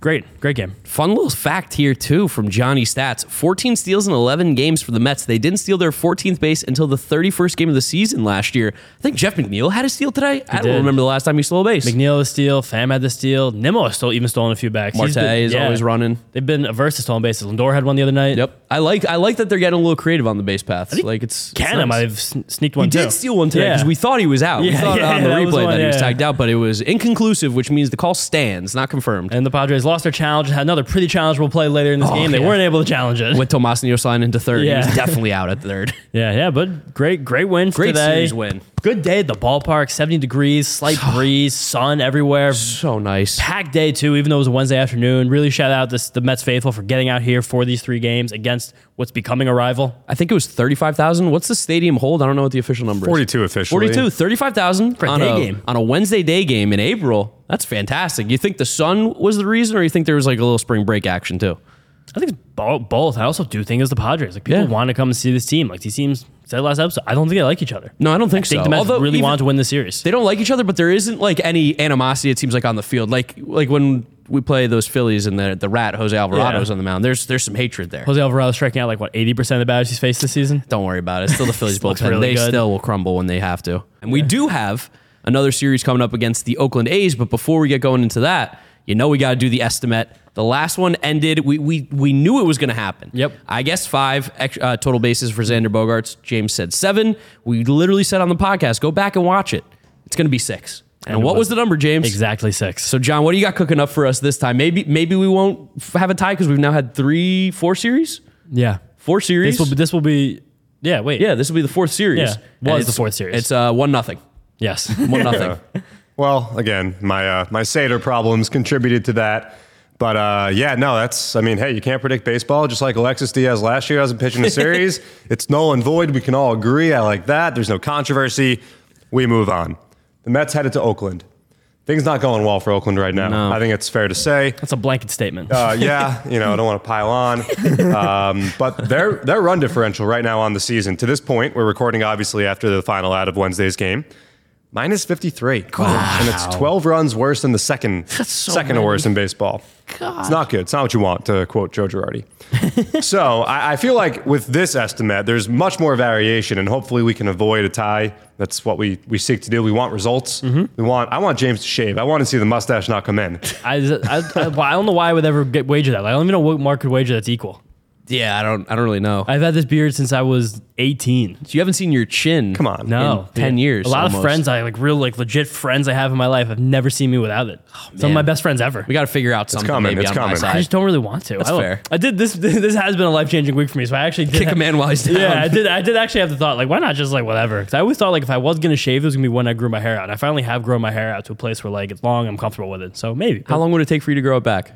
Great, great game. Fun little fact here, too, from Johnny Stats 14 steals in 11 games for the Mets. They didn't steal their 14th base until the 31st game of the season last year. I think Jeff McNeil had a steal today. I don't did. remember the last time he stole a base. McNeil is steal. Fam had the steal. Nimmo has still even stolen a few backs. He's Marte is always running. They've been averse to stolen bases. Lindor had one the other night. Yep. I like I like that they're getting a little creative on the base paths. Like it's it's Canna nice. might have sn- sneaked one He too. did steal one today because Yeah. we thought he was out. we Yeah, thought yeah, on the that was replay one, that he was yeah. tagged out, but it was inconclusive, which means the call stands, not confirmed. and the Padres lost their challenge. Had another pretty challenge we'll play later in this Oh, game. They yeah. weren't able to challenge it. With Tomas Nielsen into third, he Yeah. was definitely out at third. yeah, yeah, but great, great win Great today. series win. Good day at the ballpark. Seventy degrees, slight breeze, sun everywhere. So nice. packed day too, even though it was a Wednesday afternoon. Really shout out this, the Mets faithful for getting out here for these three games against what's becoming a rival. I think it was 35,000. What's the stadium hold? I don't know what the official number is. 42 officially. 42, 35,000 a on, day a- game. on a Wednesday day game in April. That's fantastic. You think the sun was the reason, or you think there was like a little spring break action too? I think it's bo- both. I also do think it's the Padres. Like people Yeah. want to come and see this team. Like these teams said last episode, I don't think they like each other. No, I don't think so. I think the Mets Although really even- wanted to win the series. they don't like each other, but there isn't like any animosity. It seems like on the field, like like when we play those Phillies and the the rat Jose Alvarado's Yeah. on the mound. There's there's some hatred there. Jose Alvarado striking out like what eighty percent of the batters he's faced this season. Don't worry about it. It's still the Phillies Looks bullpen. really they good. still will crumble when they have to. And we do have another series coming up against the Oakland A's. But before we get going into that, you know we got to do the estimate. The last one ended. We we we knew it was going to happen. Yep. I guess five ex- uh, total bases for Xander Bogarts. James said seven. We literally said on the podcast, go back and watch it. It's going to be six. And, it what was was. the number, James? Exactly six. So So, John, what do you got cooking up for us this time? Maybe maybe we won't f- have a tie because we've now had three, four series, yeah, four series. this will be. This will be yeah, wait. yeah, this will be the fourth series. Yeah. And Was the it's- fourth series. It's uh, one nothing, Yes. one nothing. Well, again, my uh, my Seder problems contributed to that. But uh, yeah, no, that's I mean, hey, you can't predict baseball. Just like Alexis Diaz last year hasn't pitched in a series. it's null and void. We can all agree. I like that. There's no controversy. We move on. The Mets headed to Oakland. Things not going well for Oakland right now. I think it's fair to say. That's a blanket statement. Uh, yeah, you know, I don't want to pile on, um, but their their run differential right now on the season to this point, we're recording obviously after the final out of Wednesday's game, minus fifty three, and it's twelve runs worse than the second second worst in baseball. It's not good. It's not what you want, to quote Joe Girardi. so I, I feel like with this estimate, there's much more variation, and hopefully we can avoid a tie. That's what we, we seek to do. We want results. Mm-hmm. We want. I want James to shave. I want to see the mustache not come in. I, I, I, well, I don't know why I would ever get wager that. Like, I don't even know what market wager that's equal. yeah, I don't I don't really know. I've had this beard since I was 18. you haven't seen your chin. Come on. No, in 10 dude. years A lot of almost. friends I like, real like legit friends I have in my life have never seen me without it. Some of my Oh, man. best friends ever. We got to figure out something. coming, Maybe it's on my coming. side. I just don't really want to. That's I don't- fair. I did this. This has been a life changing week for me. So I actually did Kick a have- man while he's down. Yeah, I did. I did actually have the thought like, why not just like whatever? Because I always thought like if I was gonna shave, it was gonna be when I grew my hair out. And I finally have grown my hair out to a place where like it's long. I'm comfortable with it. So maybe How long would it take for you to grow it back?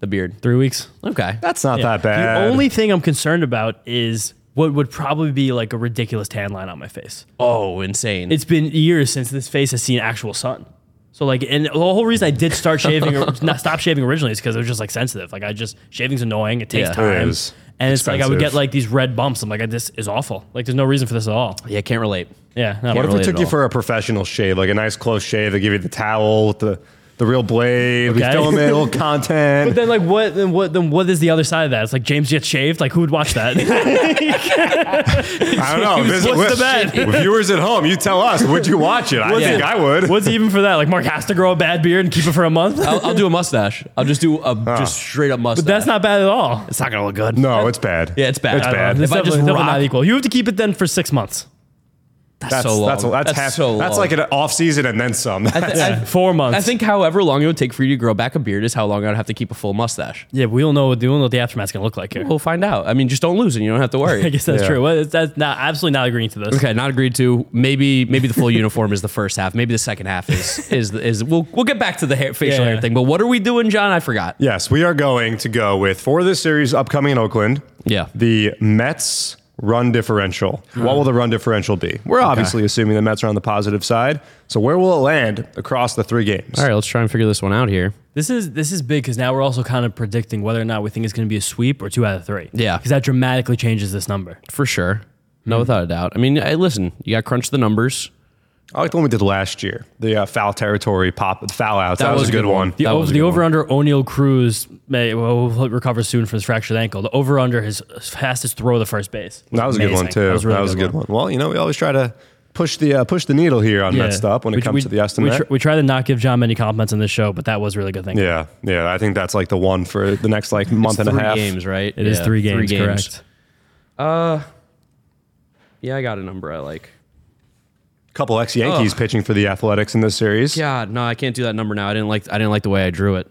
The beard. Three weeks. Okay. That's not that The bad. only thing I'm concerned about is what would probably be like a ridiculous tan line on my face. Oh, insane. It's been years since this face has seen actual sun. So like, and the whole reason I did start shaving, or not stop shaving originally, is because it was just like sensitive. Like I just shaving's annoying. It takes Yeah. It time, is. and it's like I would get Expensive. like these red bumps. I'm like, this is awful. Like there's no reason for this at all. yeah, can't relate. Yeah. no, What if relate we at took you all. for a professional shave, like a nice close shave? They give you the towel with the, the real blade. We Okay. film it, a little content. then like what? Then what? Then what is the other side of that? It's like James gets shaved. Like who would watch that? I don't know. James, Visit- what's the with- bet? with viewers at home, you tell us. Would you watch it? I What's think it- I would. What's even for that? Like Mark has to grow a bad beard and keep it for a month. I'll, I'll do a mustache. I'll just do a just straight up mustache. That's not bad at all. It's not gonna look good. no, it's bad. Yeah, it's bad. It's I don't bad. know. It's If I just definitely- definitely rock- not equal. You have to keep it then for six months, That's so long. That's, that's half, so long. that's like an off season and then some. I- four months. I think however long it would take for you to grow back a beard is how long I'd have to keep a full mustache. Yeah, we don't know what we don't know what the aftermath's gonna look like here. We'll find out. I mean, just don't lose and you don't have to worry. I guess that's Yeah. true. Well, it's- that's not absolutely not agreeing to this. Okay, not agreed to. Maybe maybe the full uniform is the first half. Maybe the second half is is is we'll we'll get back to the hair, facial Yeah. hair thing. But what are we doing, John? I forgot. yes, we are going to go with for this series upcoming in Oakland. Yeah. The Mets run differential. What will the run differential be? We're obviously assuming the Mets are on the positive side. So where will it land across the three games? All right, let's try and figure this one out here. This is this is big because now we're also kind of predicting whether or not we think it's gonna be a sweep or two out of three. Yeah. because that dramatically changes this number. Hmm. For sure. No, without a doubt. I mean, I, listen, you got to crunch the numbers. I like the one we did last year. The uh, foul territory pop, the foul outs. That, was, a good one. The, That was over, a the good over under O'Neal Cruz may well recover soon from his fractured ankle. The over under his fastest throw to first base. That was a good Amazing. one too. That was, really a good one. Well, you know, we always try to push the uh, push the needle here on Yeah. that stuff when it We- comes we- to the estimate. We, tr- we try to not give John many compliments on this show, but that was really good thing. yeah, yeah. I think that's like the one for the next like month and a three half. games, right? It is three games, correct. Yeah, I got a number I like. Couple ex Yankees pitching for the Athletics in this series. God, no, I can't do that number now. I didn't like. I didn't like the way I drew it.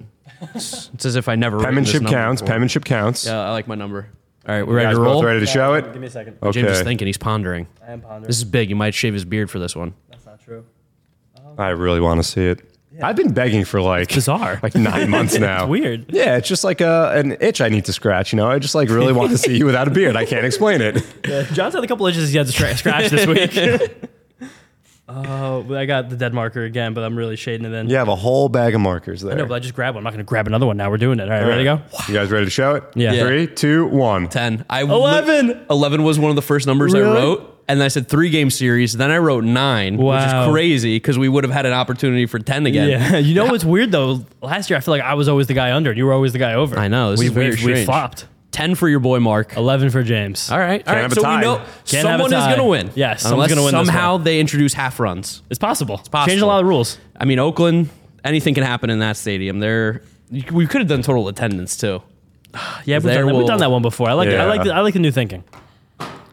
It's, it's as if I never. written this Penmanship number counts. before. Penmanship counts. Yeah, I like my number. All right, we're ready Guys, to both roll. ready to show it. Give me a second. Okay. James is thinking. He's pondering. I am pondering. This is big. You might shave his beard for this one. That's not true. I really want to see it. I've been begging for like bizarre. like nine months Oh. now. weird. Yeah, it's just like a, an itch I need to scratch. You know, I just like really want to see you without a beard. I can't explain it. John's had a couple inches he had to stra- scratch this week. Oh, but I got the dead marker again, but I'm really shading it in. You have a whole bag of markers there. No, but I just grabbed one. I'm not going to grab another one now. We're doing it. All right, ready to go? You guys ready to show it? Yeah. Yeah. Three, two, one. Ten. I Eleven! Eleven was one of the first numbers I wrote. And then I said three game series. Then I wrote nine, which Wow. is crazy because we would have had an opportunity for ten again. Yeah. You know what's weird, though? Last year, I feel like I was always the guy under and you were always the guy over. I know. This we, is very we, we strange. flopped. Ten for your boy Mark. 11 for James. All right, all right. have a so tie. we know Can't have a someone is tie. going to win. Yeah, someone's Unless gonna win this Somehow one. they introduce half runs. It's possible. It's possible. Change a lot of rules. I mean, Oakland, anything can happen in that stadium. There, we could have done total attendance too. Yeah, we've There done, that- will- we've done that one before. I like I like Yeah. the, I like the new thinking.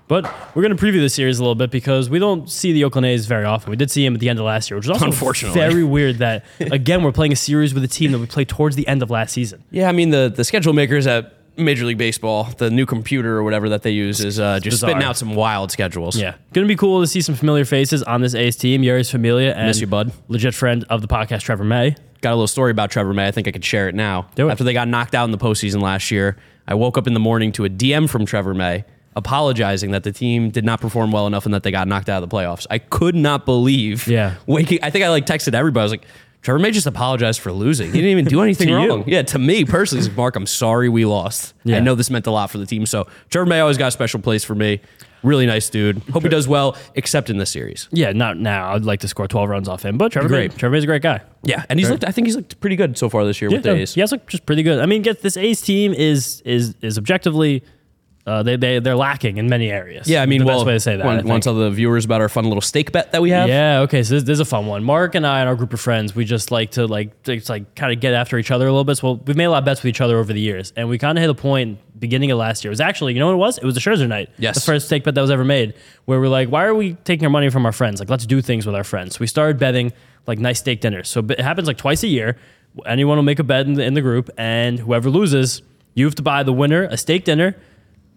But we're going to preview the series a little bit because we don't see the Oakland A's very often. We did see him at the end of last year, which is also Unfortunately. very weird that again we're playing a series with a team that we played towards the end of last season. Yeah, I mean the the schedule makers at Major League Baseball, the new computer or whatever that they use is uh, just bizarre. spitting out some wild schedules. Yeah, going to be cool to see some familiar faces on this A's team. Yuri's familia and Miss you, bud. legit friend of the podcast, Trevor May. Got a little story about Trevor May. I think I could share it now. Do it. After they got knocked out in the postseason last year, I woke up in the morning to a DM from Trevor May apologizing that the team did not perform well enough and that they got knocked out of the playoffs. I could not believe. Yeah. Waking, I think I like texted everybody. I was like, Trevor May just apologized for losing. He didn't even do anything To you. wrong. Yeah, to me personally, he's like, Mark, I'm sorry we lost. Yeah. I know this meant a lot for the team. So Trevor May always got a special place for me. Really nice dude. Hope he does well, except in this series. Yeah, not now. I'd like to score twelve runs off him, but Trevor Great. May, Trevor May's a great guy. Yeah, and he's looked. I think he's looked pretty good so far this year with yeah, the A's. Yeah, it's like just pretty good. I mean, get this A's team is is is objectively uh, they they they're lacking in many areas. Yeah, I mean, the well, best way to say that. I Want, think. want to tell the viewers about our fun little stake bet that we have? yeah, okay. So this, this is a fun one. Mark and I and our group of friends, we just like to like just like kind of get after each other a little bit. So well, we've made a lot of bets with each other over the years, and we kind of hit a point beginning of last year. It was actually, you know what it was? It was the Scherzer night. Yes. the first stake bet that was ever made, where we're like, why are we taking our money from our friends? Like, let's do things with our friends. So we started betting like nice steak dinners. So it happens like twice a year. Anyone will make a bet in the, in the group, and whoever loses, you have to buy the winner a steak dinner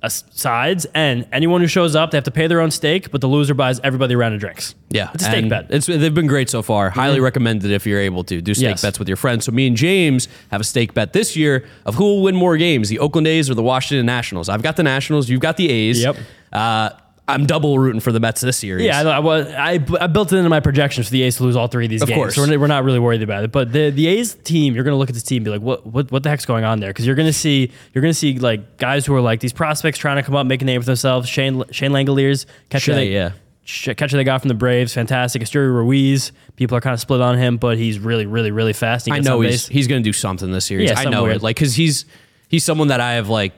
a s- sides, and anyone who shows up, they have to pay their own steak, but the loser buys everybody a round of drinks. yeah. It's a steak and bet. Mm-hmm. It's they've been great so far. Highly recommended if you're able to do stake Yes. bets with your friends. So me and James have a stake bet this year of who will win more games, the Oakland A's or the Washington Nationals. I've got the Nationals. You've got the A's. Yep. Uh, I'm double rooting for the Mets this series. yeah, I, I, was- I, I built it into my projections for the A's to lose all three of these games. course. So we're, we're not really worried about it. But the, the A's team, you're going to look at this team and be like, what, what, what the heck's going on there? Because you're going to see you're going to see like guys who are like these prospects trying to come up, make a name for themselves. Shane Shane Langoliers, Shea, catcher, they, yeah. sh- catcher they got from the Braves, fantastic. Asturi Ruiz, people are kind of split on him, but he's really, really, really fast. He I gets know on he's base. he's going to do something this series. Yeah, I something know weird. it. Like because he's he's someone that I have like.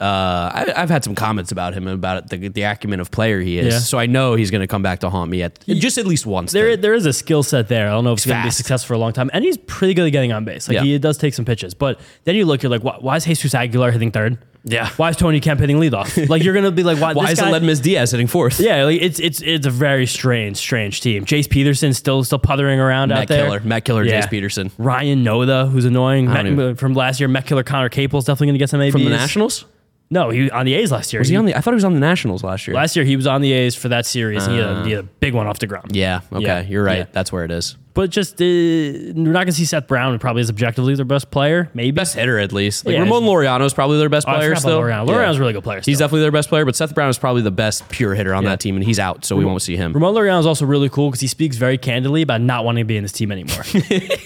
Uh, I, I've had some comments about him and about the, the acumen of player he is, Yeah. so I know he's going to come back to haunt me at just at least once. There, there is a skill set there. I don't know if it's going to be fast. successful for a long time. And he's pretty good at getting on base. Like Yeah. he does take some pitches, but then you look, you're like, why, why is Jesus Aguilar hitting third? Yeah. Why is Tony Kemp hitting leadoff? Like you're going to be like, why, Why this is guy- Aledmus Diaz hitting fourth? Yeah, like it's it's it's a very strange, strange team. Jace Peterson still still puttering around Matt out there. Keller. Matt Keller, Jace Peterson. Ryan Noda, who's annoying Matt- even- from last year. Matt Keller, Connor Capel's definitely going to get some ABs. from the Nationals. No, he was on the A's last year. Was he on the? I thought he was on the Nationals last year. last year? He was on the A's for that series. and he, had a, he had a Uh. big one off the ground. yeah. Okay, Yeah, you're right. yeah. That's where it is. But just uh, we're not going to see Seth Brown probably as objectively their best player. Maybe Best hitter at least. Like Yeah. Ramon Loriano is probably their best Oh, I player forgot still. about Loriano. Yeah. Loriano's a really good player. Still. He's definitely their best player, but Seth Brown is probably the best pure hitter on Yeah. that team, and he's out, so we won't see him. Ramon Loriano is also really cool because he speaks very candidly about not wanting to be in this team anymore.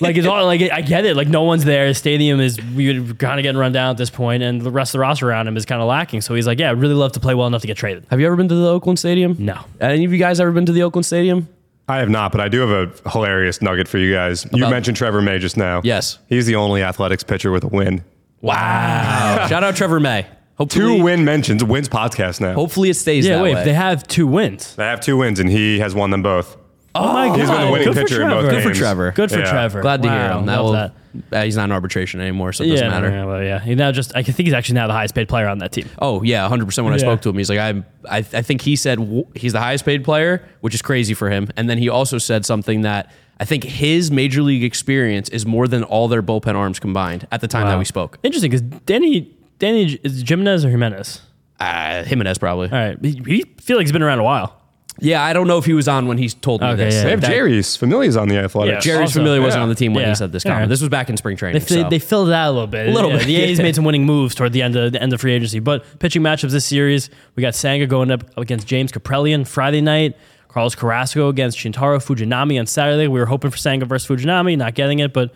like it's all like I get it. Like no one's there. The stadium is we're kind of getting run down at this point, and the rest of the roster around him is kind of lacking. So he's like, yeah, I'd really love to play well enough to get traded. Have you ever been to the Oakland Stadium? No. Any of you guys ever been to the Oakland Stadium? I have not, but I do have a hilarious nugget for you guys. you About- mentioned Trevor May just now. Yes. He's the only athletics pitcher with a win. Wow. Shout out Trevor May. Hopefully, Two win mentions, wins podcast now. Oh. Hopefully it stays Yeah, that wait, way. they have two wins. They have two wins, and he has won them both. Oh my god. He's been a winning Good for pitcher in both Trevor. games. for Trevor. Good for Yeah. Trevor. Glad to hear Wow, him. That love will. that. Uh, he's not in arbitration anymore, so it Yeah, doesn't matter. no, no, well, yeah. He now just I think he's actually now the highest paid player on that team. Oh yeah, 100. percent When I Yeah. spoke to him, he's like, I, I, I think he said w- he's the highest paid player, which is crazy for him. And then he also said something that I think his major league experience is more than all their bullpen arms combined at the time that we spoke. Interesting because Danny Danny is it Jimenez or Jimenez? Uh, Jimenez probably. All right, he, he feel like he's been around a while. Yeah, I don't know if he was on when he told me Okay, this. yeah. They have That- Jerry's. Familia's on the athletics. Yeah. Jerry's Also- familiar wasn't yeah. on the team when Yeah. he said this Yeah. comment. This was back in spring training. They, fi- so. they filled it out a little bit. A little bit, The A's yeah. made some winning moves toward the end of the end of free agency. But pitching matchups this series, we got Sanga going up against James Caprellian Friday night. Carlos Carrasco against Shintaro Fujinami on Saturday. We were hoping for Sanga versus Fujinami, not getting it, but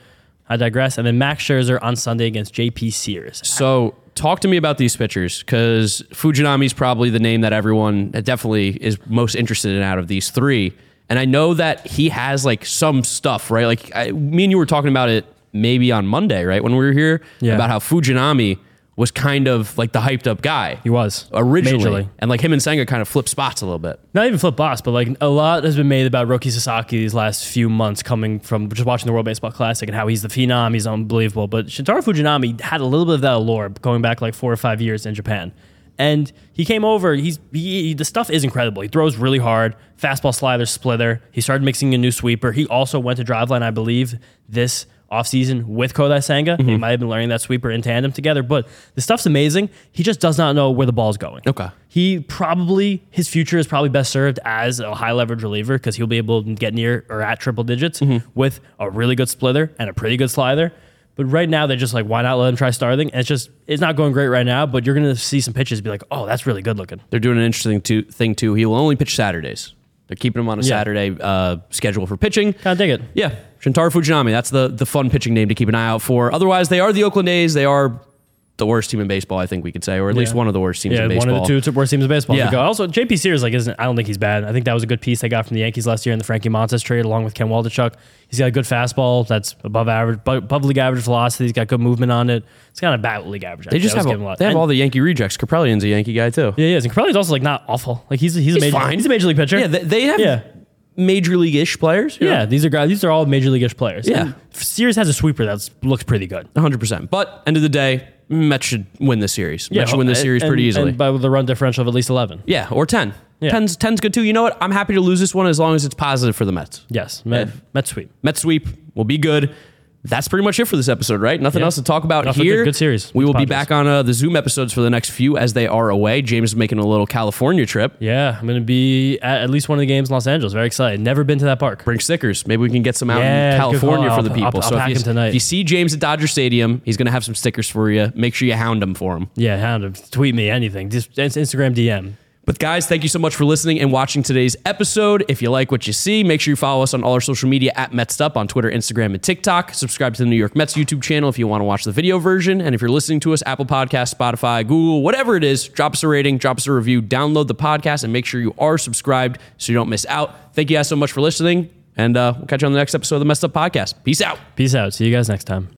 I digress. And then Max Scherzer on Sunday against JP Sears. So talk to me about these pitchers because Fujinami is probably the name that everyone definitely is most interested in out of these three. And I know that he has like some stuff, right? Like I, me and you were talking about it maybe on Monday, right? When we were here Yeah. about how Fujinami was kind of like the hyped up guy. He was Originally, Majorly. and like him and Senga kind of flip spots a little bit. not even flip boss, but like a lot has been made about Roki Sasaki these last few months coming from just watching the World Baseball Classic and how he's the phenom, he's unbelievable. But Shintaro Fujinami had a little bit of that allure going back like four or five years in Japan. And he came over, he's he, he- the stuff is incredible. He throws really hard, fastball slider splitter. He started mixing a new sweeper. He also went to driveline, I believe, this offseason with Kodai Senga. They might have been learning that sweeper in tandem together, but the stuff's amazing. He just does not know where the ball's going. Okay. He probably his future is probably best served as a high leverage reliever because he'll be able to get near or at triple digits Mm-hmm. with a really good splitter and a pretty good slider. But right now they're just like, why not let him try starting? And it's just it's not going great right now. But you're gonna see some pitches be like, oh, that's really good looking. They're doing an interesting too, thing too. He will only pitch Saturdays. They're keeping him on a Yeah. Saturday uh, schedule for pitching. Kinda dig it. Yeah, Shintaro Fujinami. That's the the fun pitching name to keep an eye out for. Otherwise, they are the Oakland A's. They are the worst team in baseball, I think we could say, or at least one of the worst teams Yeah, in baseball. one of the two t- worst teams in baseball. Yeah. Yeah. Also, JP Sears like isn't. I don't think he's bad. I think that was a good piece they got from the Yankees last year in the Frankie Montes trade, along with Ken Waldichuk. He's got a good fastball that's above average, bu- above league average velocity. He's got good movement on it. It's kind of about league average. They just have, a, they have all the Yankee rejects. Caprellian's a Yankee guy too. Yeah, he is. And Corelli's also like not awful. Like he's he's, a major fine. he's a major league pitcher. Yeah, they, they have Yeah. major league ish players. you know? yeah, these are guys. These are all major leagueish players. Yeah. And Sears has a sweeper that looks pretty good. 100%. But end of the day, Mets should win this series. Mets should win this Oh, and- series pretty and- easily. and by the run differential of at least eleven. yeah, or 10. Yeah. 10's, 10's good too. You know what? I'm happy to lose this one as long as it's positive for the Mets. Yes, Met, Met sweep. Met sweep will be good. That's pretty much it for this episode, right? Nothing Yeah. else to talk about Nothing here. good- good series. We will be Padres. back on uh, the Zoom episodes for the next few as they are away. James is making a little California trip. Yeah, I'm gonna be at, at least one of the games in Los Angeles. Very excited. Never been to that park. Bring stickers. Maybe we can get some out Yeah, in good California call. for the I'll- I'll- people. I'll so pack if you, 'em tonight. if you see James at Dodger Stadium, he's going to have some stickers for you. Make sure you hound him for him. Yeah, hound him. Tweet me anything. Just it's Instagram DM. But guys, thank you so much for listening and watching today's episode. If you like what you see, make sure you follow us on all our social media at MetsTup on Twitter, Instagram, and TikTok. Subscribe to the New York Mets YouTube channel if you want to watch the video version. And if you're listening to us, Apple Podcasts, Spotify, Google, whatever it is, drop us a rating, drop us a review, download the podcast, and make sure you are subscribed so you don't miss out. Thank you guys so much for listening, and uh, we'll catch you on the next episode of the Messed Up Podcast. Peace out. Peace out. See you guys next time.